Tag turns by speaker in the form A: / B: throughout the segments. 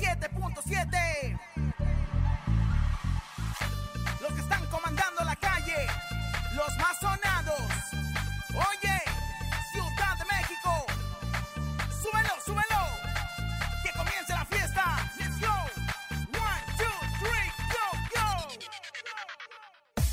A: 97.7. Los que están comandando la calle, los más sonados. Oye, Ciudad de México, súbelo, súbelo. Que comience la fiesta. Let's go. One, two, three, go, go.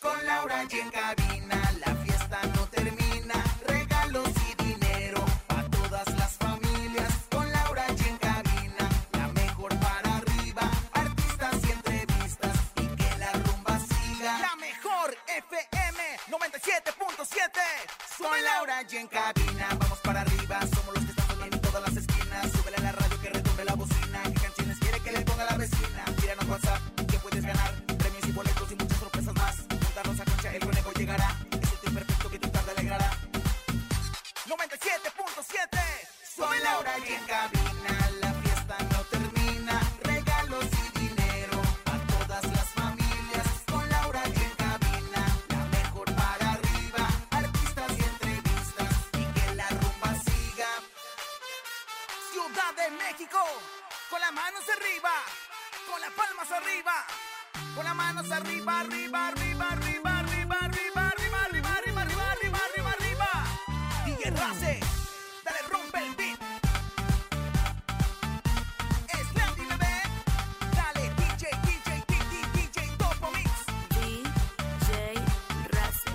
A: Con Laura y en cabina, la fiesta no termina. Regalos y dinero a todas las familias. Con Laura y en cabina, la mejor para arriba. Artistas y entrevistas y que la rumba siga. La mejor FM 97.7. Soy Laura y en cabina, vamos para arriba. Somos los que están sonando en todas las esquinas. Súbele a la radio que retumbe la bocina. ¿Qué canciones quiere que le ponga la vecina? Tíranos WhatsApp que puedes ganar. Premios y boletos y muchas sorpresas más. Juntarnos a concha, el conejo llegará. Es un tiempo perfecto que tu tarde alegrará. 97.7 Soy Laura y en cabina La fiesta no termina Regalos y dinero A todas las familias Con Laura y en cabina La mejor para arriba Artistas y entrevistas Y que la rumba siga Ciudad de México Con las manos arriba Con las palmas arriba Con las manos arriba, arriba, arriba, arriba, arriba, arriba, arriba, arriba, arriba, arriba, arriba, arriba, arriba. DJ Race, dale rompe el beat. Es Landy bebé, dale DJ, DJ, DJ, DJ, Topo Mix.
B: DJ Racer.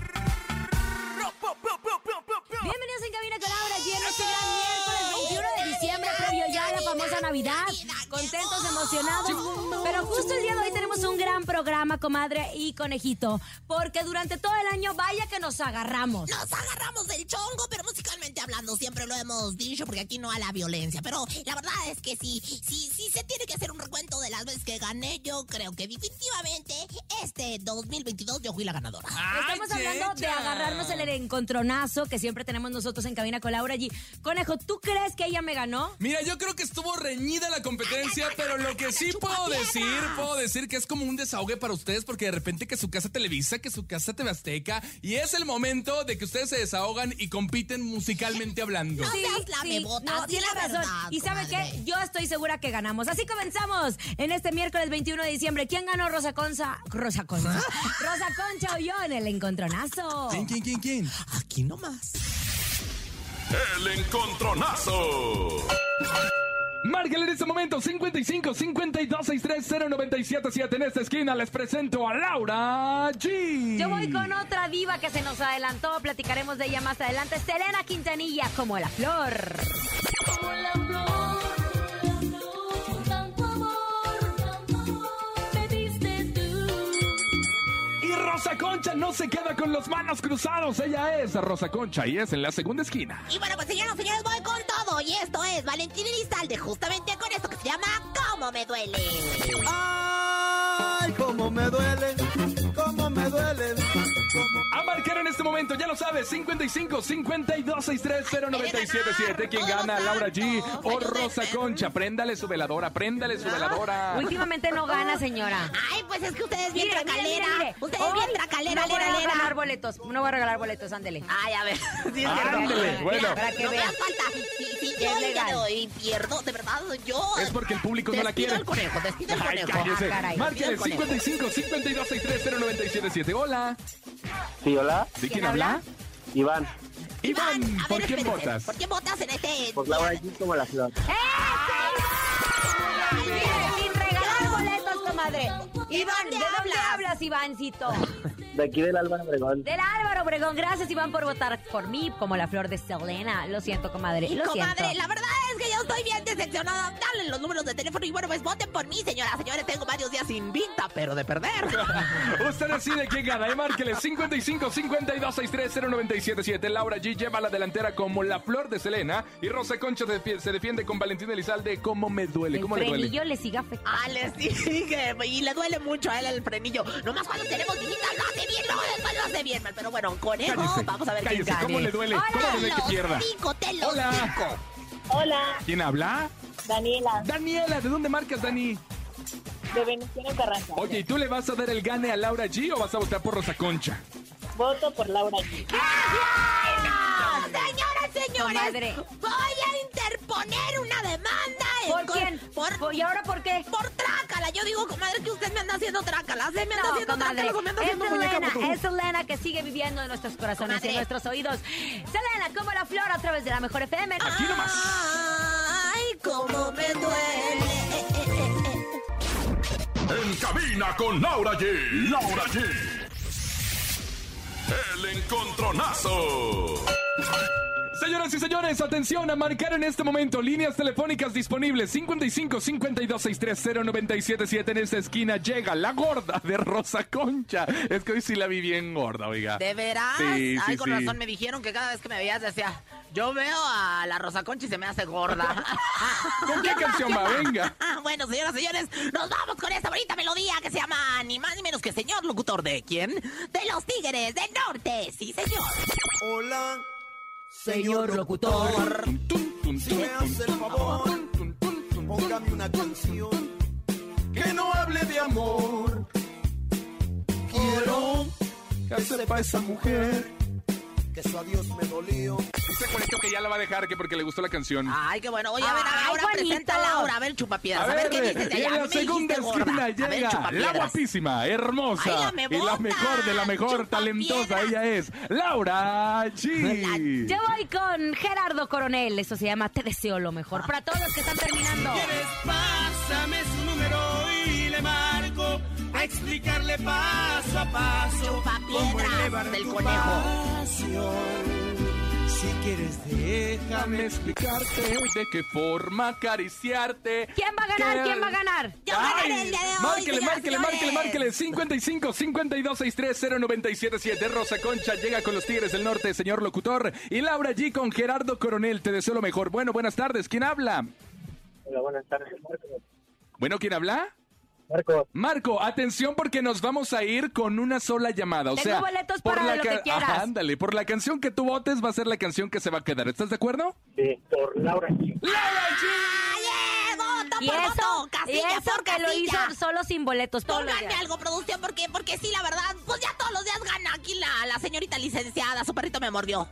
A: Ro, pu, pu, pu, pu, pu, pu.
B: Bienvenidos en Cabina con Laura G en este gran miércoles 21 de diciembre, previo ya a la famosa Navidad. Contentos, emocionados. Pero justo el día de hoy tenemos un gran programa, comadre y conejito. Porque durante todo el año, vaya que nos agarramos.
C: Nos agarramos del chongo, pero musicalmente hablando siempre lo hemos dicho porque aquí no a la violencia. Pero la verdad es que sí, sí, sí se tiene que hacer un recuento de las veces que gané. Yo creo que definitivamente este 2022 yo fui la ganadora.
B: Estamos hablando de agarrarnos en el encontronazo que siempre tenemos nosotros en Cabina con Laura G. Conejo, ¿tú crees que ella me ganó?
D: Mira, yo creo que estuvo reñida la competencia, pero lo que sí puedo decir, puedo decir que es como un desahogue para ustedes, porque de repente que su casa televisa, que su casa TV Azteca, y es el momento de que ustedes se desahogan y compiten musicalmente hablando.
C: No seas la bebota,
B: no,
C: di
B: tiene
C: la
B: razón.
C: verdad,
B: y sabe
C: comadre.
B: qué, yo estoy segura que ganamos. Así comenzamos en este miércoles 21 de diciembre. ¿Quién ganó Rosa Concha? Rosa Concha. Rosa Concha o yo en el encontronazo.
D: ¿Quién, quién, quién, quién?
C: Aquí nomás.
E: El encontronazo.
D: Márquenle en este momento 55 52 630 977 En esta esquina les presento a Laura G.
B: Yo voy con otra diva que se nos adelantó. Platicaremos de ella más adelante. Selena Quintanilla, como la flor.
F: Como la flor, la flor, con tanto amor, tanto amor, me diste tú.
D: Y Rosa Concha no se queda con los manos cruzados. Ella es Rosa Concha y es en la segunda esquina.
C: Y bueno, pues señoras y señores, voy con todo. Y esto es Valentín Elizalde, justamente con esto que se llama ¿Cómo me duele?
G: Ay, cómo me duele, cómo me duele. Cómo...
D: A marcar en este momento, ya lo sabes, 55 52 630 977 ¿Quién gana? Laura G o Rosa Concha. Préndale su veladora, préndale
C: Ah,
D: su veladora.
B: Últimamente no gana, señora.
C: Ay, pues es que ustedes bien
B: Mire, mire,
C: tracalera.
B: mire, mire.
C: Ustedes bien
B: Hoy
C: tracalera,
B: no voy
C: lera,
B: a
C: lera.
B: regalar boletos. No voy a regalar boletos, ándele.
C: Ay, a ver. Sí, es cierto.
D: Ándele, bueno.
B: Para que
C: no me
B: vea.
C: hace falta. Si, si
B: Es
C: yo el día
B: legal.
C: de hoy pierdo, de verdad, yo.
D: Es porque el público no la
C: Despido
D: quiere.
C: al conejo, despido al
D: Ay,
C: conejo.
D: cállese.
B: Ah, caray.
D: Márquenle
C: Bien, conejo.
D: 55 52 630 977 Hola.
G: Sí, hola,
D: ¿De quién
B: ¿Quién habla?
D: habla?
G: Iván,
D: Iván,
C: Iván, a
D: ¿por
C: ver,
D: quién
C: espérense,
D: votas?
C: ¿Por quién votas en este?
H: pues
G: por Laura G como la ciudad.
B: Ay, mire, sin regalar boletos, comadre. Iván, ¿de dónde
C: hablas?
B: hablas, Ivancito?
G: De aquí del Álvaro Obregón.
B: Del Álvaro Obregón. Gracias, Iván, por votar por mí, como la flor de Selena. Lo siento, comadre. Lo
C: Comadre,
B: siento.
C: la verdad es que yo estoy bien decepcionada. Dale los números de teléfono y bueno, pues voten por mí, señora. Señores, tengo varios días sin vinta, pero de perder.
D: Usted decide quién gana. Y márquele 55 52 630 977 Laura G lleva la delantera como la flor de Selena. Y Rosa Concha se defi- se defiende con Valentín Elizalde. ¿Cómo me duele? ¿Cómo
B: el
D: le duele?
B: frenillo le sigue afectando.
C: Ah, le sigue. Y le duele mucho a él el frenillo. Nomás cuando tenemos visita lo hace bien, no, después lo hace bien. mal. Pero bueno, conejo,
D: Cállese,
C: vamos a ver
D: cállese.
C: quién gane.
D: ¿Cómo le duele?
C: Hola,
D: ¿Cómo le duele que
C: los
D: pierda?
C: pico, te los
D: Hola.
C: pico.
I: Hola,
D: ¿Quién habla?
I: Daniela,
D: Daniela, ¿de dónde marcas, Dani?
I: de Venustiano Carranza.
D: Oye, ¿y tú le vas a dar el gane a Laura G o vas a votar por Rosa Concha?
I: Voto por Laura G.
C: ¡Gracias! Ah, Señoras, señores,
B: Comadre.
C: voy a poner una demanda. en
B: ¿Por
C: co-
B: quién?
C: Por,
B: ¿Y ahora por qué?
C: por trácala. Yo digo, comadre, que usted me anda haciendo trácalas. ¿eh? Me anda
B: No,
C: haciendo
B: comadre.
C: trácalas o me anda haciendo
B: es
C: muñeca.
B: Selena,
C: vudú.
B: es Selena que sigue viviendo en nuestros corazones y en
C: Comadre.
B: nuestros oídos. Selena, como la flor a través de la mejor FM.
C: Ay, cómo me duele.
E: En cabina con Laura G. Laura G. El encontronazo.
D: Señoras y señores, atención a marcar en este momento líneas telefónicas disponibles 55 52 630 977 en esta esquina llega la gorda de Rosa Concha. Es que hoy sí la vi bien gorda, oiga.
J: ¿De veras?
D: Sí,
J: Ay,
D: sí,
J: con
D: sí.
J: razón me dijeron que cada vez que me veías decía, yo veo a la Rosa Concha y se me hace gorda.
D: ¿Con qué canción va? Venga.
C: Ah, bueno, señoras y señores, nos vamos con esta bonita melodía que se llama ni más ni menos que señor locutor de quién? De los Tigres del Norte, sí señor.
G: Hola,
J: locutor.
D: Tum, tum, tum,
G: si me hace el favor,
D: tum, tum, tum, tum.
G: póngame una canción que no hable de amor. Quiero que sepa esa mujer que su adiós me dolió.
D: Dice Juanito que ya la va a dejar que porque le gustó la canción.
J: Ay, qué bueno. Oye, a ver,
B: Ay,
J: ahora
B: bonito.
J: presenta a Laura, a ver,
D: A,
J: chupapiedras.
D: ver,
J: qué dices de
D: y
J: allá. A
D: en la
J: mí me
D: segunda
J: dijiste gorda. A
D: esquina
J: ver,
D: llega la
J: chupapiedras.
D: guapísima, hermosa
J: Ay, la me
D: y la
J: bota,
D: mejor de la mejor talentosa.
J: chupapiedras.
D: Ella es Laura G.
B: Yo voy con Gerardo Coronel. Eso se llama Te deseo lo mejor. Para todos los que están terminando.
G: Pásame su número y le marco a explicarle paso a paso cómo
J: Chupapiedras
G: elevar
J: del
G: tu
J: conejo.
G: pasión. Si quieres déjame
D: Déjame explicarte de qué forma acariciarte.
B: ¿Quién va a ganar?
D: Que-
B: ¿Quién va a ganar?
C: Yo ganaré el día de hoy,
D: márquele,
C: señoras y
D: márquele, márquele,
C: señores.
D: márquele. 55 52 630 977. Rosa Concha llega con los Tigres del Norte, señor locutor. Y Laura G con Gerardo Coronel. Te deseo lo mejor. Bueno, buenas tardes. ¿Quién habla?
I: Hola, buenas tardes, Marco.
D: Bueno, ¿quién habla?
I: Marco,
D: Marco, atención porque nos vamos a ir con una sola llamada. O
B: Tengo
D: sea,
B: boletos
D: por
B: para
D: la
B: lo que
D: ca-
B: quieras.
D: Ajá, ándale, por la canción que tú votes va a ser la canción que se va a quedar. ¿Estás de acuerdo?
I: sí, por Laura.
D: ¡Laura G!
J: eh,
C: Oye, voto
B: Y
C: por
B: eso,
C: voto,
B: y
C: casilla
B: eso
C: por
B: que lo hizo
C: casilla.
B: solo sin boletos. todos los
C: Pónganme
B: días.
C: algo, producción, porque, porque sí, la verdad, pues ya todos los días gana aquí la, la señorita licenciada, su perrito me mordió.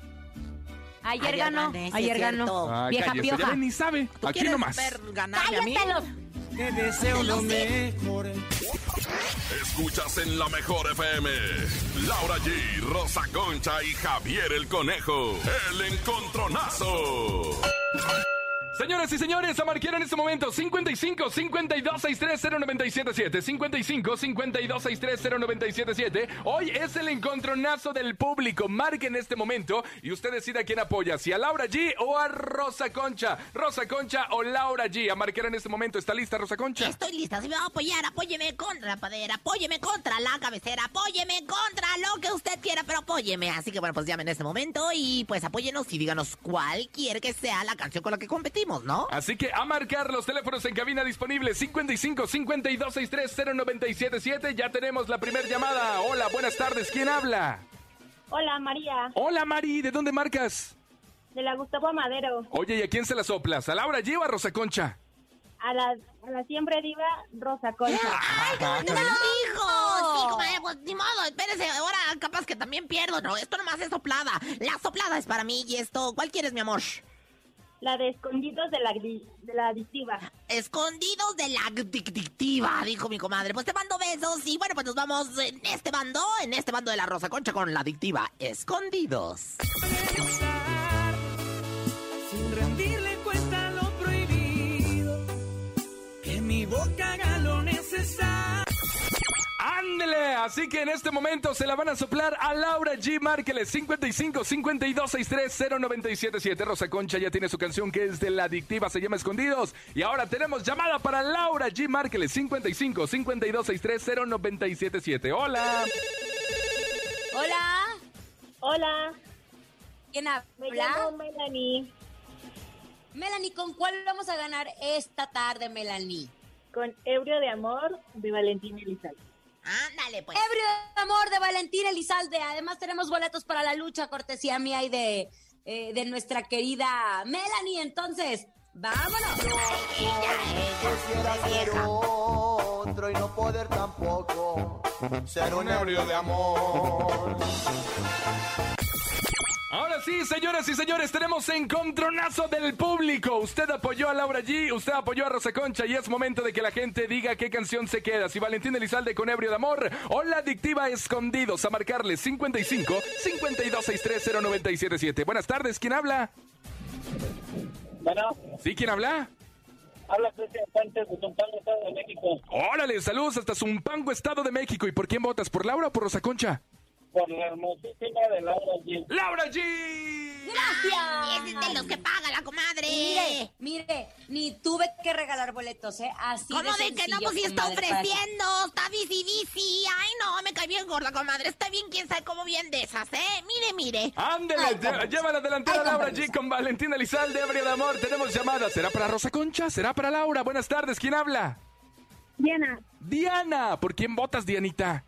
B: Ayer,
J: Ayer
B: ganó,
J: gané, sí,
B: ayer
J: es
B: ganó.
J: cierto.
D: Ay,
B: Vieja
D: cállese, ya
B: pioja.
D: ven, ni sabe.
J: ¿Tú
D: Aquí
J: quieres
D: nomás.
J: ver ganarme a mí?
B: Cállate los
G: Te deseo lo mejor.
E: Escuchas en la mejor FM. Laura G, Rosa Concha y Javier el Conejo. El encontronazo.
D: Señoras y señores, a marcar en este momento 55 52 630 977 55 52 630 977 Hoy es el encontronazo del público. Marque en este momento y usted decida a quién apoya, si a Laura G o a Rosa Concha. Rosa Concha o Laura G. A marcar en este momento. ¿Está lista Rosa Concha?
C: Estoy lista, si me va a apoyar, apóyeme contra la padera, apóyeme contra la cabecera, apóyeme contra lo que usted quiera, pero apóyeme. Así que bueno, pues llamen en este momento y pues apóyenos y díganos cuál quiere que sea la canción con la que competimos, ¿no?
D: Así que a marcar los teléfonos en cabina disponibles 55 52 630 977 Ya tenemos la primera llamada. Hola, buenas tardes. ¿Quién habla?
I: Hola, María,
D: Hola Mari, ¿de dónde marcas?
I: de la Gustavo Madero,
D: Oye, ¿y a quién se la soplas? ¿A Laura G o a Rosa Concha?
I: a la, a la siempre diva Rosa Concha.
C: ¡Ay, qué bonito me lo dijo! Sí, comadre, pues ni modo, espérese, ahora capaz que también pierdo, ¿no? Esto nomás es soplada. La soplada es para mí y esto, ¿cuál quieres, mi amor?
I: La de escondidos de la, gri- de la adictiva.
C: Escondidos de la adictiva, dijo mi comadre. Pues te mando besos y bueno, pues nos vamos en este bando, en este bando de la Rosa Concha con la adictiva. Escondidos.
G: Sin rendirle cuenta lo prohibido. Que mi boca haga lo necesario.
D: ¡Ándele! Así que en este momento se la van a soplar a Laura G. Márqueles 55 52 630 977. Rosa Concha ya tiene su canción que es de la adictiva, se llama Escondidos. Y ahora tenemos llamada para Laura G. Márqueles 55 52 630 977. Hola.
B: Hola.
I: Hola,
B: ¿Quién
I: me
B: habla?
I: llamo Melanie
B: Melanie, ¿con cuál vamos a ganar esta tarde, Melanie?
I: con Ebrio de Amor de Valentín Elizalde.
C: Ándale, pues.
B: Ebrio de amor de Valentín Elizalde. Además tenemos boletos para la lucha, cortesía mía y de, eh, de nuestra querida Melanie. Entonces, vámonos.
G: Quisiera ser otro y no poder tampoco ser un ebrio de amor.
D: Ahora sí, señoras y señores, tenemos encontronazo del público. Usted apoyó a Laura G, usted apoyó a Rosa Concha y es momento de que la gente diga qué canción se queda. Si Valentín Elizalde con Ebrio de Amor o La Adictiva Escondidos, a marcarle 55 52630977. Buenas tardes, ¿quién habla?
H: Bueno,
D: ¿Sí, quién habla?
H: habla Cristian Fuentes, Butumpango, Estado de México,
D: Órale, saludos hasta Zumpango, Estado de México. ¿Y por quién votas? ¿Por Laura o por Rosa Concha?
H: por la hermosísima de Laura G.
D: ¡Laura G!
C: Ese es de los que paga la comadre.
B: Mire, mire, ni tuve que regalar boletos, ¿eh? Así
C: ¿Cómo de, que
B: sencillo,
C: no? Pues si está
B: comadre, para que-
C: ofreciendo, está bici bici. Ay, no, me cae bien gorda, comadre. Está bien, quién sabe cómo bien de esas, ¿eh? Mire, mire.
D: Ándele, lle- lleva la delantera
B: Ay,
D: Laura
B: compromiso.
D: G con Valentina Lizalde, Ebrio de Amor. Tenemos llamada. ¿Será para Rosa Concha? ¿Será para Laura? Buenas tardes, ¿quién habla?
I: Diana,
D: Diana, ¿por quién votas, Dianita?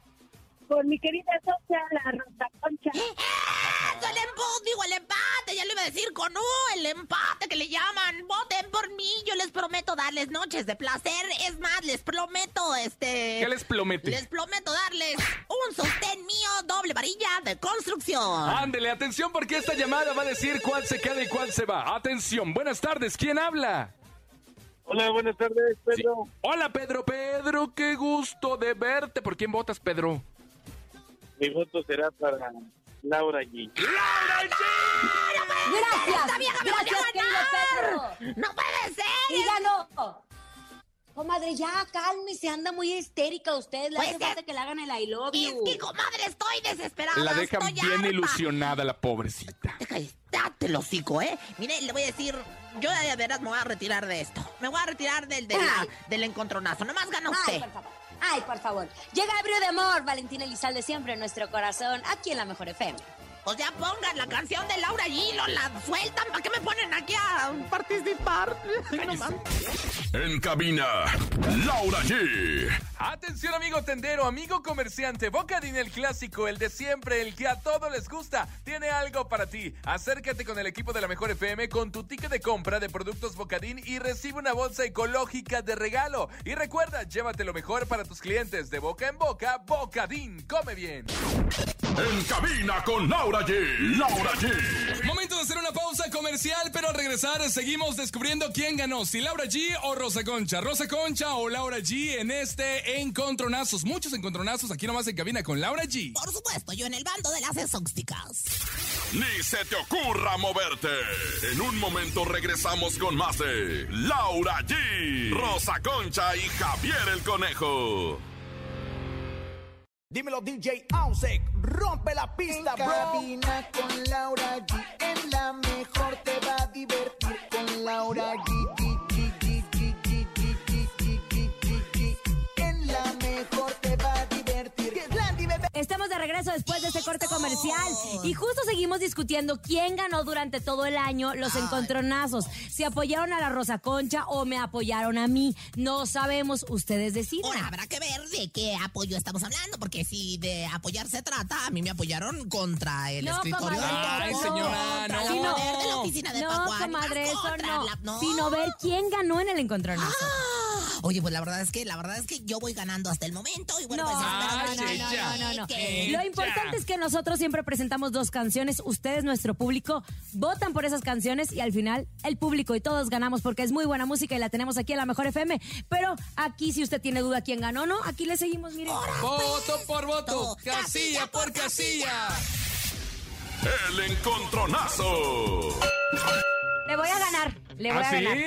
I: por mi querida socia, la Rosa Concha.
C: ¡Eso, el empate! Digo, el empate. Ya lo iba a decir con U, el empate que le llaman. Voten por mí. Yo les prometo darles noches de placer. Es más, les prometo, este...
D: ¿Qué les
C: Les
D: plomete?
C: prometo darles un sostén mío doble varilla de construcción.
D: Ándele, atención porque esta llamada va a decir cuál se queda y cuál se va. Atención, buenas tardes, ¿quién habla?
H: Hola, buenas tardes, Pedro.
D: Hola, Pedro. Pedro, qué gusto de verte. ¿Por quién votas, Pedro?
H: Mi voto será para Laura G.
C: ¡Esta vieja
B: Gracias,
C: me volvió
B: gracias,
C: a
B: querido
C: ganar!
B: Pedro.
C: ¡No puede ser!
B: Y ganó. Comadre, ya cálmese, anda muy histérica usted. Le
C: Pues
B: hace
C: que-
B: falta que le hagan el I love
C: Es
B: you.
C: que, comadre, estoy desesperada.
D: La dejan
C: Ah, estoy
D: bien
C: harta.
D: ilusionada la pobrecita.
C: Te cállate el hocico, ¿eh? Mire, le voy a decir, yo de veras me voy a retirar de esto. Me voy a retirar del, del,
B: Ay.
C: del encontronazo. Nomás gana
B: Ay,
C: usted.
B: por favor. Ay, por favor. Llega Ebrio de Amor, Valentina Elizalde, siempre en nuestro corazón, aquí en la Mejor FM.
C: O sea, pongan la canción de Laura Gilo, la sueltan. ¿Para qué me ponen aquí a participar? Ay, no mames.
E: En cabina, Laura G.
D: Atención amigo tendero, amigo comerciante, Bocadín el clásico, el de siempre, el que a todos les gusta, tiene algo para ti. Acércate con el equipo de la Mejor FM con tu ticket de compra de productos Bocadín y recibe una bolsa ecológica de regalo. Y recuerda, llévate lo mejor para tus clientes de boca en boca, Bocadín, come bien.
E: En cabina con Laura G. Laura G.
D: Momento de hacer una pausa comercial, pero al regresar seguimos descubriendo quién ganó, si Laura G o Rosa Concha. Rosa Concha o Laura G en este Encontronazos. Muchos encontronazos aquí nomás en cabina con Laura G.
C: Por supuesto, yo en el bando de las exósticas.
E: Ni se te ocurra moverte. En un momento regresamos con más de Laura G. Rosa Concha y Javier el Conejo.
A: Dímelo DJ Ausek, rompe la pista,
G: En cabina
A: con Laura G, en la mejor te va a divertir con Laura G. G, G, G, G, G, G, G, G, G, G, G. En la mejor te va a divertir. Que Landy, bebé.
B: Estamos de regreso después de este corte comercial y justo seguimos discutiendo quién ganó durante todo el año los encontronazos. Si apoyaron a la Rosa Concha o me apoyaron a mí, no sabemos, ustedes
C: Ahora
B: decidan.
C: habrá que ver de qué apoyo estamos hablando, porque si de apoyar se trata, a mí me apoyaron contra el
B: No,
C: escritorio.
B: comadre,
D: Ay,
B: no.
D: señora,
C: contra
D: no.
C: la
B: Sí,
C: mujer de la oficina de
B: No,
C: Pacuán,
B: comadre,
C: más
B: eso
C: contra la-
B: no. Sino ver quién ganó en el encontronazo.
C: Ah, Oye, pues la verdad es que la verdad es que yo voy ganando hasta el momento y bueno,
B: No,
C: pues
B: no,
C: espero
B: no,
C: que-
D: Ay,
B: no, no, no, no.
C: que-
B: Lo importante es que nosotros siempre presentamos dos canciones. Ustedes, nuestro público, votan por esas canciones y al final el público y todos ganamos porque es muy buena música y la tenemos aquí en la Mejor FM. Pero aquí, si usted tiene duda quién ganó, ¿no? Aquí le seguimos, miren.
D: Voto por voto,
C: Casilla
D: casilla
C: por
D: por casilla.
E: El encontronazo.
B: Le voy a ganar. Le
D: ¿Ah,
B: voy a ganar.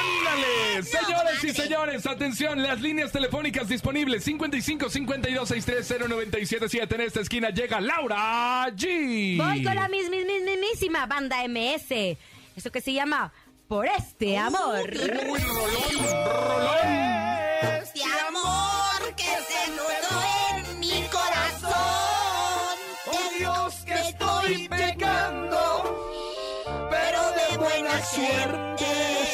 D: ¡Ándale! Señoras y
C: madre.
D: señores, atención, las líneas telefónicas disponibles 55 52 63 0977 en esta esquina llega Laura G.
B: Voy con la mis, mis, mis, mismísima banda MS. Eso que se llama Por este amor.
D: Uy, rolón, rolón.
C: Este amor que se nudo en mi corazón.
G: Oh Dios, que estoy pecando,
C: pero de buena suerte.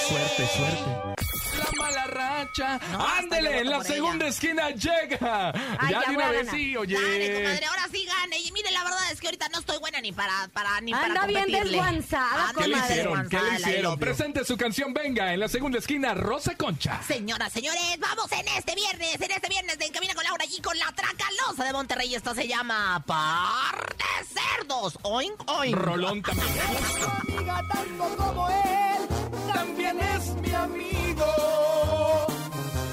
D: Suerte, suerte. La mala racha. Ándele,
C: hasta yo
D: en la
C: voto por
D: segunda esquina llega.
B: ya
D: ya
B: voy
D: de
B: a
D: una vez
B: ganar.
D: sí, oye.
C: Dale, comadre, ahora sí gane. Y mire, la la verdad es que ahorita no estoy buena ni para, para, ni para
B: Anda bien
C: competirle.
B: desguanzada,
C: Anda
B: comadre.
D: ¿Qué le
C: bien
D: hicieron? ¿Qué le
C: desguanzada, la
D: hicieron?
C: Lopio.
D: Presente su canción, venga, en la segunda esquina, Rosa Concha.
C: Señoras, señores, vamos en este viernes, en este viernes de Encamina con Laura y con la Tracalosa de Monterrey. Esta se llama Par de Cerdos. Oink, oink.
D: Rolón también.
K: amiga tanto como él, también es mi amigo.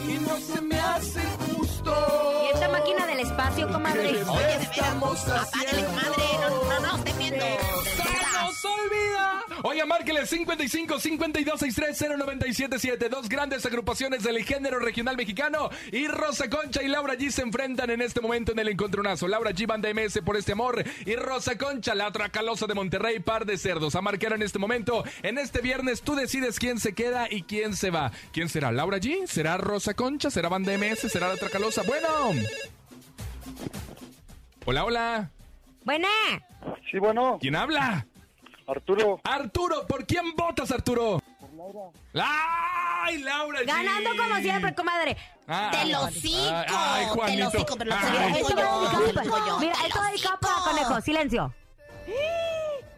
K: Y no se me hace justo.
B: Y esta máquina del espacio, comadre.
C: Oye, de veras, apágale, comadre, no, no, no, esté viendo. De
D: ¡Se
C: verdad.
D: nos olvida! Oiga, márquele 55 52 63 0977. Dos grandes agrupaciones del género regional mexicano. Y Rosa Concha y Laura G se enfrentan en este momento en el encontronazo. Laura G, banda MS por este amor. Y Rosa Concha, la tracalosa de Monterrey, par de cerdos. A marcar en este momento. En este viernes tú decides quién se queda y quién se va. ¿Quién será? ¿Laura G? ¿Será Rosa Concha? ¿Será banda MS? ¿Será la tracalosa? Bueno. Hola, hola.
B: Buena.
H: Sí, bueno,
D: ¿Quién habla?
H: Arturo.
D: Arturo, ¿por quién votas, Arturo? ¡Ay, Laura! G!
B: Ganando como siempre, comadre.
D: Ah,
C: Te lo
D: ay, Ay,
C: cico, te
D: Juanito.
C: lo cico, pero lo
D: Ay,
C: sabía.
B: Esto
C: coño,
B: va dedicado para-
C: coño,
B: Mira,
C: te
B: esto
C: lo
B: va dedicado para
C: cico.
B: conejo. Silencio.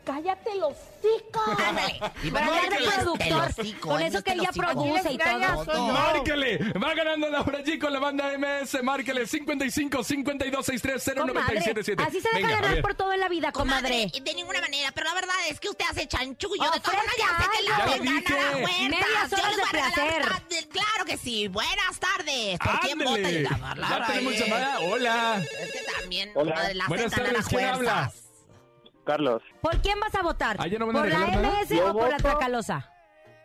L: ¡Cállate los hocico!
C: Ándale.
B: Y para
C: Ándale,
B: hablar de
C: te lo
B: productor.
C: cico,
B: Con
C: ay,
B: eso
C: no,
B: que
C: te lo
B: ella
C: cico.
B: produce y todo.
D: ¡Márquele! Va ganando Laura G con la banda MS. Márquele 55 52 63
B: Comadre,
D: 0977.
B: así se deja
D: Venga, a
B: ganar
D: ver.
B: por todo en la vida, comadre.
C: Comadre, eh, de ninguna manera, pero la verdad es que usted hace chanchullo de todas
B: Ofrezca
C: maneras, ya sé que la
D: algo. Ya lo
C: vengan a la
D: dije.
C: huerta.
B: Medias
C: Yo
B: horas
C: les
B: de
C: voy a regalar
B: placer.
C: tarde, Claro que sí. Buenas tardes. ¿Por quién vota
D: Ándale.
C: y
D: Ya tenemos llamada. Hola.
C: Es que también,
H: Hola.
C: comadre, la
D: Buenas
C: aceptan a
D: tardes,
C: la
D: ¿quién habla?
C: fuerza.
H: Carlos,
B: ¿Por quién vas a votar?
D: Ah, ya no van a
B: ¿Por la
D: regalar nada.
B: MS
H: Yo
B: o por la
H: voto-
B: Tracalosa?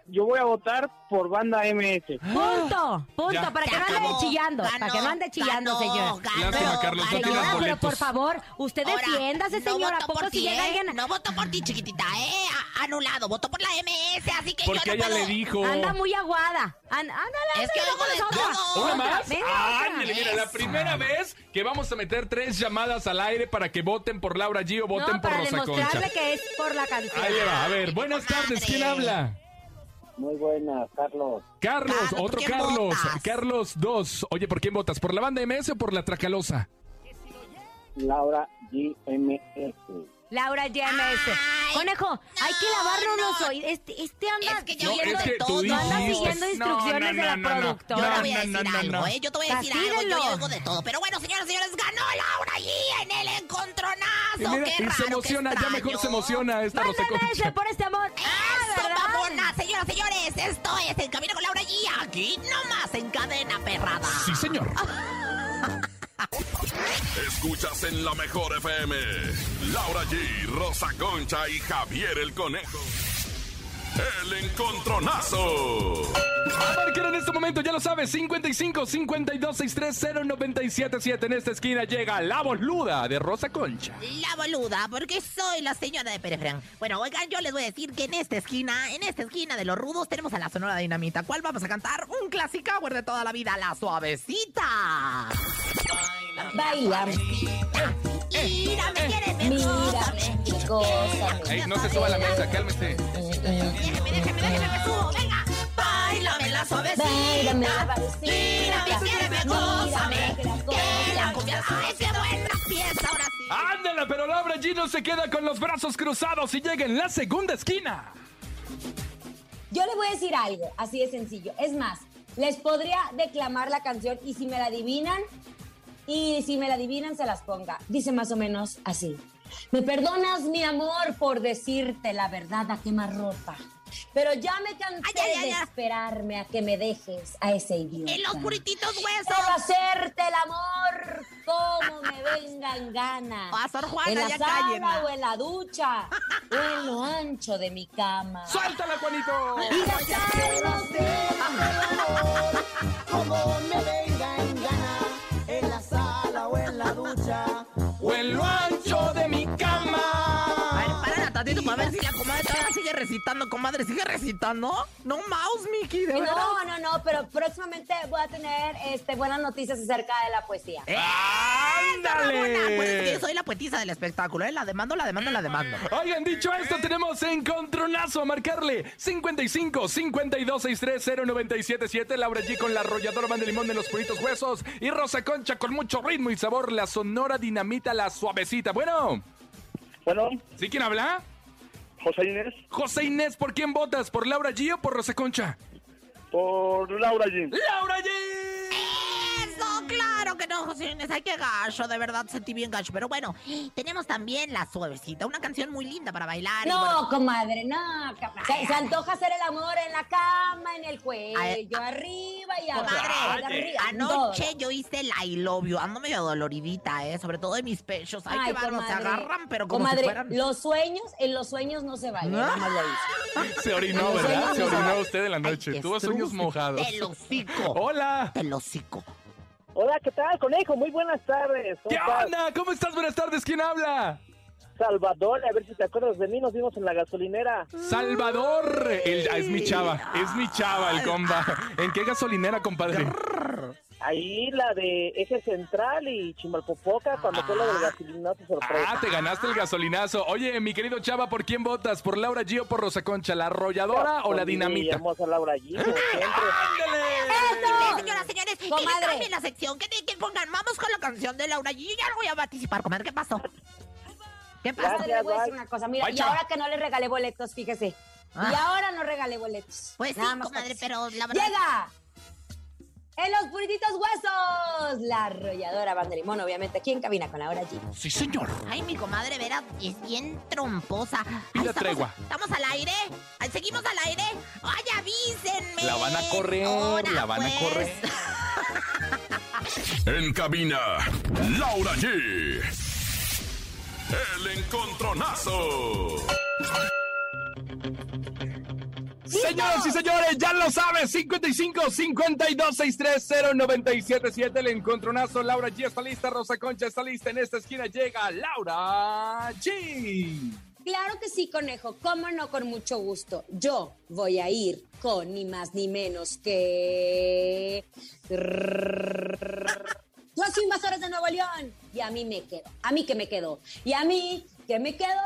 H: yo voy a votar por banda MS.
B: Punto, punto,
D: Ya.
B: para que no ande
C: Ganó,
B: chillando, para
C: ganó,
B: que no ande chillando,
C: ganó,
B: señora.
C: ganó,
D: Lástima, Carlos,
C: ganó.
D: no tienes
B: Señora, pero
D: boletos.
B: por favor, usted
C: Ahora,
B: defiéndase,
C: no
B: señora.
C: voto
B: ¿A poco
C: por
B: si
C: ti,
B: llega
C: eh?
B: alguien?
C: No voto por ti, chiquitita, ¿eh? A- Anulado. Voto por la MS, así que
D: Porque
C: yo no
D: ella
C: puedo.
D: le dijo.
B: Anda muy aguada. An- ándale,
C: Es que
B: ándale,
C: oigo de
B: vámonos, otra.
C: todo.
D: ¿Una
B: Otra,
D: más?
B: venga, otra.
D: Ándale, mira, la primera vez que vamos a meter tres llamadas al aire para que voten por Laura G o voten
B: no,
D: por
B: para
D: Rosa
B: demostrarle
D: Concha.
B: que es por la canción.
D: Ahí le va, a ver, buenas tardes, ¿quién
C: Madre.
D: habla?
H: Muy buena, Carlos.
D: Carlos,
C: Carlos, ¿por
D: otro
C: quién
D: Carlos,
C: votas?
D: Carlos 2. Oye, ¿por quién votas? ¿Por la banda MS o por la Tracalosa?
H: Laura GMS.
B: Laura GMS.
C: Ay,
B: Conejo, hay que lavarle
C: no.
B: unos oídos. Este, este anda
C: Es que yo
B: siguiendo
C: es que
B: de
C: tú
B: todo. Anda
C: dijiste.
B: siguiendo instrucciones de la
C: Yo
B: productora.
C: te voy a decir algo, ¿eh? Yo te voy a decir algo, yo
B: Castíguenlo.
C: ya oigo de todo. Pero bueno, señoras y señores, ganó Laura allí en el
D: Y,
C: encontronazo.
D: mira,
C: Qué
D: y
C: raro,
D: se
C: qué
D: emociona, ya mejor
C: extraño.
D: se emociona esta Rosa
B: Mándame ese
D: Concha.
B: por este amor. Ah,
C: ¡Eso,
B: ¿verdad?
C: mamona! Señoras, señores, esto es En Camino con Laura G. Aquí nomás en Cadena Perrada.
D: Sí, señor.
E: Escuchas en la mejor FM. Laura G, Rosa Concha y Javier el Conejo. El encontronazo.
D: A marcar en este momento, ya lo sabes, 55 52 630 977. En esta esquina llega la boluda de Rosa Concha.
C: La boluda, porque soy la señora de Perefran. Bueno, oigan, yo les voy a decir que en esta esquina, en esta esquina de los rudos, tenemos a la Sonora Dinamita. ¿Cuál vamos a cantar? Un clásico de toda la vida, la suavecita.
B: Bailame,
D: Eh,
C: Mira, me quieren, me gózame.
B: mírame, gózame.
D: Ey, no se suba a la mesa, cálmese.
C: Déjeme, déjeme, déjeme, me subo, venga. Báilame la suavecita.
B: Báilame la
C: Mira, me quiere, me
B: Mírame,
C: gózame. Que la cumbia, ay, qué buena fiesta, ahora sí.
B: Ah.
D: Ándala, pero Laura G no se queda con los brazos cruzados y llega en la segunda esquina.
B: Yo les voy a decir algo, así de sencillo. Es más, les podría declamar la canción y si me la adivinan, y si me la adivinan se las ponga. Dice más o menos así. Me perdonas, mi amor, por decirte la verdad a quemarropa. Pero ya me cansé
C: Ay, ay, ay,
B: de
C: ay.
B: esperarme a que me dejes a ese idiota.
C: En los purititos
B: Quiero
C: huesos.
B: hacerte el amor como me vengan ganas.
C: A Sor Juana,
B: en la
C: ya
B: sala
C: cállenla.
B: o en la ducha o en lo ancho de mi cama.
D: ¡Suéltala, Juanito!
B: Y las almas de amor, como me vengan ganas, en la sala o en la ducha.
D: O en lo ancho de mi
M: A ver,
D: cama.
M: párala tantito para ver si la comadre todavía sigue recitando, comadre. ¿Sigue recitando? No, mouse, Mickey, de verdad.
B: No, no, no, pero próximamente voy a tener este, buenas noticias acerca de la poesía.
D: ¡Ándale!
M: Ramona, acuérdate Pues que yo soy la poetisa del espectáculo, ¿eh? La demando, la demando, la demando.
D: Oigan, dicho esto, tenemos encontronazo a marcarle 55 52 630 977 Laura G con la arrolladora Van de Limón de los Puritos Huesos y Rosa Concha con mucho ritmo y sabor, la sonora dinamita, la suavecita. Bueno,
H: Bueno.
D: ¿Sí quién habla?
H: José Inés.
D: José Inés, ¿por quién votas? ¿Por Laura G o por Rosa Concha?
H: Por Laura G.
D: ¡Laura G!
C: ¡Eso! ¡Claro que no, José Inés! ¡Ay, qué gacho! De verdad, sentí bien gacho. Pero bueno, tenemos también La Suavecita, una canción muy linda para bailar. y
B: No,
C: bueno,
B: comadre, no. comadre. Se, se antoja hacer el amor en la cama, en el cuello, arriba y abajo.
C: Comadre,
B: arriba, en todo.
C: anoche yo hice la I love you. Ando medio doloridita, ¿eh? Sobre todo en mis pechos. Ay, qué bárbaro, se
B: comadre.
C: agarran, pero como
B: Comadre,
C: si fueran...
B: los sueños, en los sueños no se bailan. nada
C: Ah.
B: más lo dice.
D: Se orinó, ¿verdad? Se orinó usted en la noche. Tuvo sueños mojados. Oh.
C: Te lo cico.
D: Hola.
C: Te lo cico.
H: Hola, ¿qué tal, conejo? Muy buenas tardes. ¿Cómo
D: ¿Qué
H: estás?
D: onda? ¿Cómo estás? Buenas tardes. ¿Quién habla?
H: Salvador, a ver si te acuerdas de mí. Nos vimos en la gasolinera.
D: Salvador. El- ah, es mi chava. Es mi chava, el comba. ¿En qué gasolinera, compadre?
H: Ahí la de Eje Central y Chimalpopoca, cuando fue la del gasolinazo sorpresa.
D: Ah, te ganaste el gasolinazo. Oye, mi querido chava, ¿por quién votas? ¿Por Laura G o por Rosa Concha? ¿La arrolladora o la
H: Con mi
D: dinamita?
H: hermosa Laura G. como siempre.
C: Bien, Señoras, señores, que
B: Comadre.
C: le cambien la sección, que, que pongan, vamos con la canción de Laura G. Yo ya no voy a participar, comadre, ¿qué pasó? ¿Qué pasó?
B: Comadre, le voy a decir una cosa. Mira,
D: Ay,
B: y
D: chava.
B: ahora que no le regalé boletos, fíjese.
C: Ah.
B: Y ahora no regalé boletos.
C: Pues sí,
B: Nada más para
C: comadre,
B: que-
C: pero la verdad...
B: ¡Llega! En los purititos huesos, la arrolladora Banderimón, obviamente, aquí en cabina con la hora G.
D: Sí, señor.
C: Ay, mi comadre, Vera, es bien tromposa. Ay,
D: Pida
C: estamos-
D: tregua.
C: Estamos al aire. Ay, Seguimos al aire. Ay, avísenme.
D: La van a correr,
C: Ahora,
D: la van a
C: pues.
D: correr.
E: En cabina, Laura G. El encontronazo.
D: Señoras y señores, ya lo sabes, 55 52 630 977 el encontronazo. Laura G está lista, Rosa Concha está lista. En esta esquina llega Laura G.
B: Claro que sí, conejo, cómo no, con mucho gusto. Yo voy a ir con ni más ni menos que... Yo soy Invasores de Nuevo León y a mí me quedo, a mí que me quedo, y a mí que me quedo...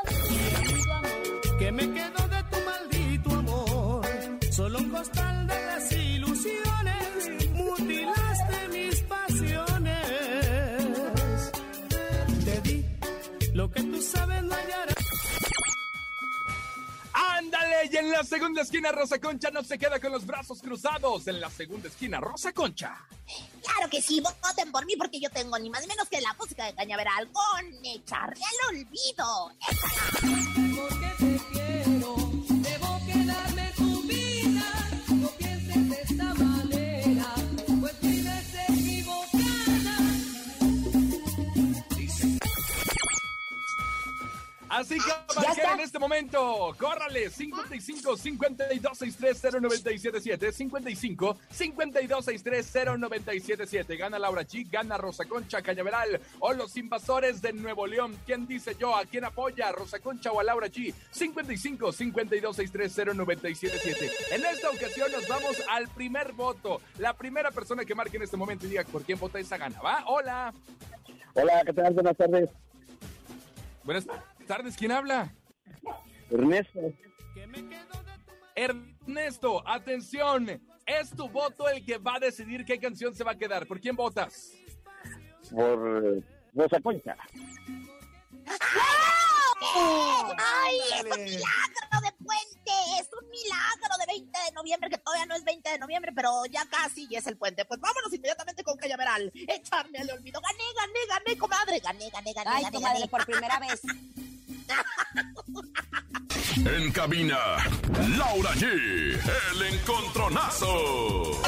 N: Que me quedo de tu maldito amor. Solo un costal de las ilusiones. Mutilaste mis pasiones. Te di lo que tú sabes no hallarás.
D: Ándale, y en la segunda esquina Rosa Concha no se queda con los brazos cruzados. En la segunda esquina Rosa Concha.
C: Claro que sí, voten por mí porque yo tengo ni más ni menos que la música de Cañaveral con echarle al olvido.
O: Porque te quiero, debo quedarme tu vida. No pienses de esta manera, pues vives equivocada.
D: Así que
B: Ya
D: marquen
B: está.
D: en este momento. Córrale, 55 52 630 977 55 52 630 977 Gana Laura G, gana Rosa Concha Cañaveral o los invasores de Nuevo León. ¿Quién dice yo? ¿A quién apoya? ¿Rosa Concha o a Laura G? 55 52 630 977 En esta ocasión nos vamos al primer voto. La primera persona que marque en este momento y diga por quién vota esa gana, ¿va? Hola.
H: Hola, ¿qué tal? Buenas tardes.
D: Buenas tardes, ¿quién habla?
H: Ernesto.
D: Ernesto, atención. Es tu voto el que va a decidir qué canción se va a quedar. ¿Por quién votas?
H: Por eh, Rosa Concha.
C: ¡Ay, es un milagro de puente! Es un milagro de 20 de noviembre, que todavía no es 20 de noviembre, pero ya casi y es el puente. Pues vámonos inmediatamente con Callaveral. Echarme al olvido. Gané, gané, gané, comadre. Gané, gané, gané,
B: Ay,
C: gané,
B: comadre,
C: gané.
B: por primera vez.
E: En cabina, Laura G. El encontronazo.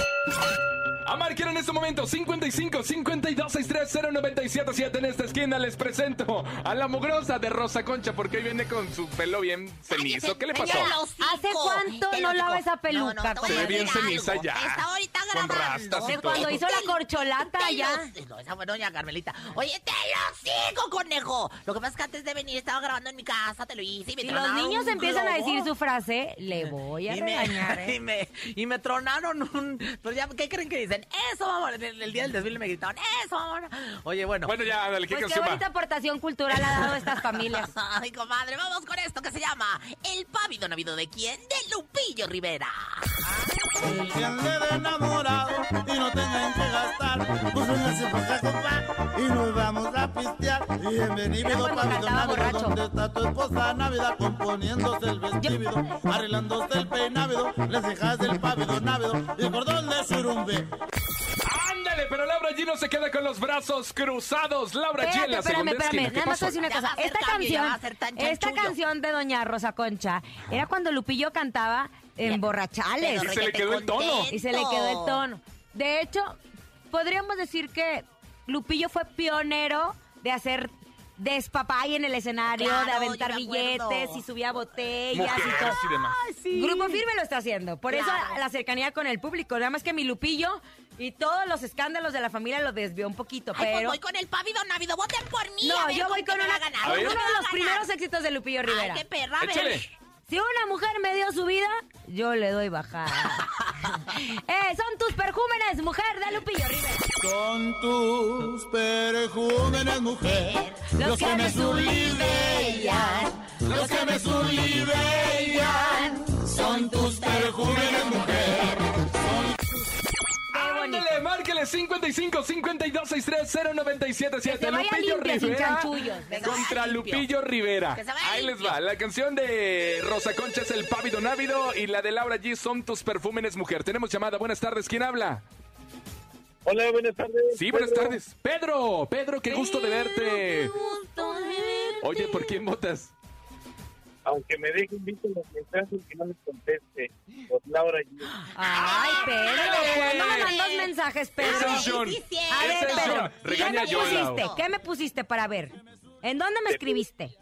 D: A marcar en este momento 55 52 630 977 en esta esquina les presento a la mugrosa de Rosa Concha porque hoy viene con su pelo bien cenizo. ¿Qué le pasó?
C: Te lo hocico,
B: ¿Hace cuánto
C: te lo
B: no
C: hocico.
B: lava esa peluca,
C: No, no, te voy a
D: Se ve bien
C: decir
D: ceniza
C: algo.
D: ya.
C: Está ahorita
D: Con
C: grabando.
D: rastas y
B: Fue cuando
D: todo.
B: hizo la corcholata
C: Te
B: ya.
C: los- No, esa fue doña Carmelita. Oye, te lo sigo, conejo. Lo que pasa es que antes de venir estaba grabando en mi casa, te lo hice y me
B: Si los
C: tronaron
B: niños
C: un
B: empiezan a
C: globo.
B: decir su frase, le voy a
C: Y me,
B: regañar, ¿eh?
C: y, me, y me tronaron un... Pero ya, ¿qué creen que dicen? Eso, vamos. El, el día del desfile me gritaron, eso, vamos. Oye, bueno.
D: Bueno, ya, dale, ¿qué
B: Pues qué
D: canción
B: bonita
D: va?
B: aportación cultural ha dado estas familias.
C: Ay, comadre, vamos con esto que se llama El pávido navido de quién? De Lupillo Rivera.
P: El que ande de enamorado y no tengan que gastar, pues véngase pa' acá, compa, y nos vamos a pistear. Y
Q: Era
P: Bienvenido, Pablito
Q: cuando cantaba
P: Navidad,
Q: borracho.
P: donde está tu esposa Navidad, componiéndose el vestido, arreglándose el peinávido, las cejas del pávido návido y el cordón de surumbe.
D: Ándale, pero Laura G no se queda con los brazos cruzados. Laura G en
B: Espérate,
D: la
B: espérame,
D: segunda
B: espérame.
D: esquina. ¿Qué
B: Nada más te voy a decir
D: pasó?
B: una cosa. Esta
C: cambio, ya va a ser
B: canción,
C: tan
B: esta
C: chanchullo.
B: canción de Doña Rosa Concha era cuando Lupillo cantaba en borrachales.
D: Pero Y se le requete quedó el tono. contento.
B: Y se le quedó el tono. De hecho, podríamos decir que Lupillo fue pionero de hacer despapay en el escenario,
C: Claro,
B: de aventar
C: yo me acuerdo.
B: billetes y subía botellas y todo.
D: Mujeres y demás.
B: Grupo Firme lo está haciendo. Por
C: Claro.
B: eso la cercanía con el público. Nada más que mi Lupillo y todos los escándalos de la familia lo desvió un poquito,
C: Ay, pues
B: pero...
C: voy con el pávido návido, voten por mí.
B: No,
C: a ver
B: yo voy
C: qué
B: con
C: me
B: una,
C: va a ganar.
B: con
C: ¿Qué
B: uno
C: me va
B: de
C: a
B: los primeros
C: ganar?
B: éxitos de Lupillo Rivera.
C: qué perra, a ver. Échale.
B: Si una mujer me dio su vida, yo le doy bajada. Eh, son tus perjúmenes, mujer de Lupillo Rivera.
P: Con tus perjúmenes, mujer, los que me sublivellan, los que me sublivellan, son tus perjúmenes, mujer.
D: Ándale, márquele 55 52 63
B: Que se
D: 0977
B: vaya
D: Lupillo
B: limpia, sin
D: Rivera
B: chanchullos. Que se vaya
D: contra
B: limpio.
D: Lupillo Rivera.
B: Que se vaya
D: Ahí les va. La canción de Rosa Concha es El Pávido Návido y la de Laura G son tus perfúmenes, mujer. Tenemos llamada. Buenas tardes. ¿Quién habla?
H: Hola, buenas tardes.
D: Sí, buenas
H: Pedro.
D: tardes. Pedro, Pedro, qué gusto de verte. Oye, ¿por quién votas?
H: Aunque me dejen visto los mensajes que no les conteste, por Laura y yo.
B: Ay, Pedro, no mandan dos mensajes, Pedro.
H: Ese es John.
B: A
H: Ese
B: ver,
H: es
B: Pedro,
H: John. Regaña
B: ¿qué
H: a
B: me
H: John, Lau.
B: pusiste? ¿Qué me pusiste para ver? ¿En dónde me escribiste?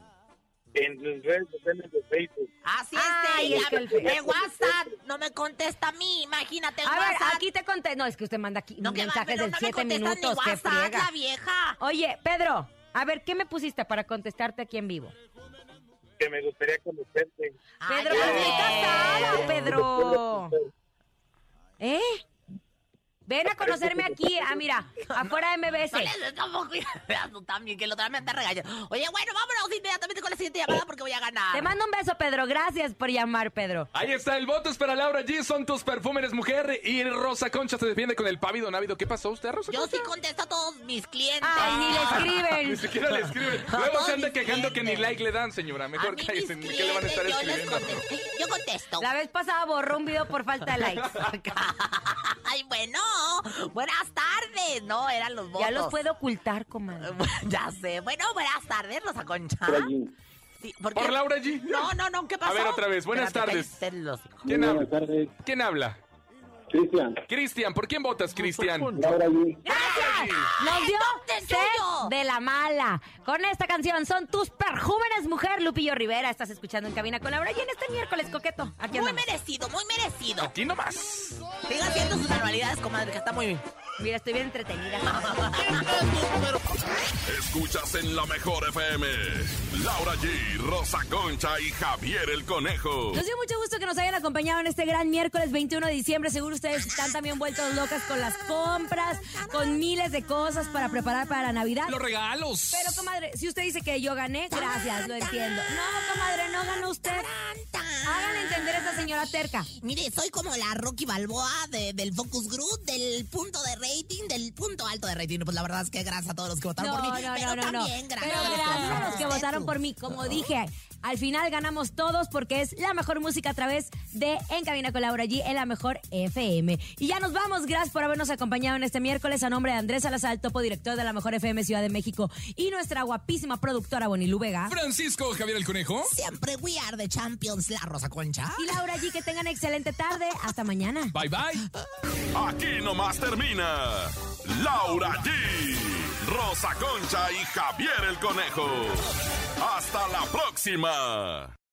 H: En las redes sociales de Facebook.
C: Así es,
B: Ay,
C: ella.
B: es que el
C: En
B: Facebook.
C: WhatsApp no me contesta a mí, imagínate en
B: A ver,
C: WhatsApp.
B: aquí te conté. No, es que usted manda aquí
C: no, que va,
B: mensajes
C: pero
B: de
C: no me
B: 7
C: contesta ni
B: minutos. qué
C: WhatsApp,
B: friega.
C: la vieja.
B: Oye, Pedro, a ver, ¿qué me pusiste para contestarte aquí en vivo?
H: Que me gustaría conocerte.
B: Pedro,
H: ya
B: pues estoy
H: sé.
B: casada, Pedro. ¿Eh? Ven a conocerme aquí. Ah, mira, afuera de MBS.
C: No les- tampoco- tú también, que lo otra me anda regañando. Oye, bueno, vámonos inmediatamente con la siguiente llamada porque voy a ganar.
B: Te mando un beso, Pedro. Gracias por llamar, Pedro.
D: Ahí está, el voto es para Laura G. Son tus perfúmenes, mujer. Y Rosa Concha se defiende con el pávido návido. ¿Qué pasó usted, Rosa
C: Yo
D: Concha?
C: sí contesto a todos mis clientes.
B: Ay, ni le escriben.
D: Ni siquiera le escriben. Luego se anda quejando que ni like le dan, señora. Mejor cállese. ¿Qué le van a estar escribiendo?
C: Yo contesto.
B: La vez pasada borró un video por falta de likes.
C: Ay, bueno, buenas tardes. No, eran los votos.
B: Ya los puedo ocultar, comadre.
C: Ya sé. Bueno, buenas tardes, Rosa Concha. Sí, ¿por, qué?
D: Por Laura G.
C: No, no, no, ¿qué pasó?
D: A ver, otra vez. Buenas
C: Espérate,
D: tardes.
C: cállate el hocico.
D: ¿Quién habla?
R: tardes.
D: ¿Quién habla?
R: Cristian.
D: Cristian, ¿por quién votas, Cristian?
R: Laura G.
B: Nos dio
C: ¡Stop de
B: sed
C: suyo!
B: de la mala. Con esta canción son tus perjúmenes, mujer. Lupillo Rivera, estás escuchando en cabina con Laura y en este miércoles coqueto. Aquí
C: Muy
B: andamos.
C: merecido, muy merecido.
D: Aquí nomás.
C: Siga haciendo sus manualidades, comadre, que está muy bien.
B: Mira, estoy bien entretenida.
E: Escuchas en la mejor FM. Laura G, Rosa Concha y Javier el Conejo.
B: Nos dio mucho gusto que nos hayan acompañado en este gran miércoles 21 de diciembre. Seguro ustedes están también vueltos locas con las compras, con miles de cosas para preparar para la Navidad.
S: Los regalos.
B: Pero, comadre, si usted dice que yo gané, gracias, lo entiendo. No, comadre, no ganó usted. Hagan entender a esta señora terca.
C: Mire, soy como la Rocky Balboa de- del Focus Group, del punto de rating, del punto alto de rating. Pues la verdad es que gracias a todos los que votaron
B: No,
C: por mí.
B: no, no,
C: pero
B: no, no.
C: también gracias
B: Pero gracias a los que votaron por mí. Como dije, al final ganamos todos porque es la mejor música a través de En Cabina con Laura G en la mejor FM. Y ya nos vamos. Gracias por habernos acompañado en este miércoles a nombre de Andrés Salazar, topo director de la mejor FM Ciudad de México y nuestra guapísima productora Bonilú Vega.
S: Francisco Javier el Conejo.
C: Siempre we are the champions, la Rosa Concha.
B: Y Laura G, que tengan excelente tarde. Hasta mañana.
S: Bye bye.
E: Aquí nomás termina. Laura G, Rosa Concha y Javier el Conejo. Hasta la próxima.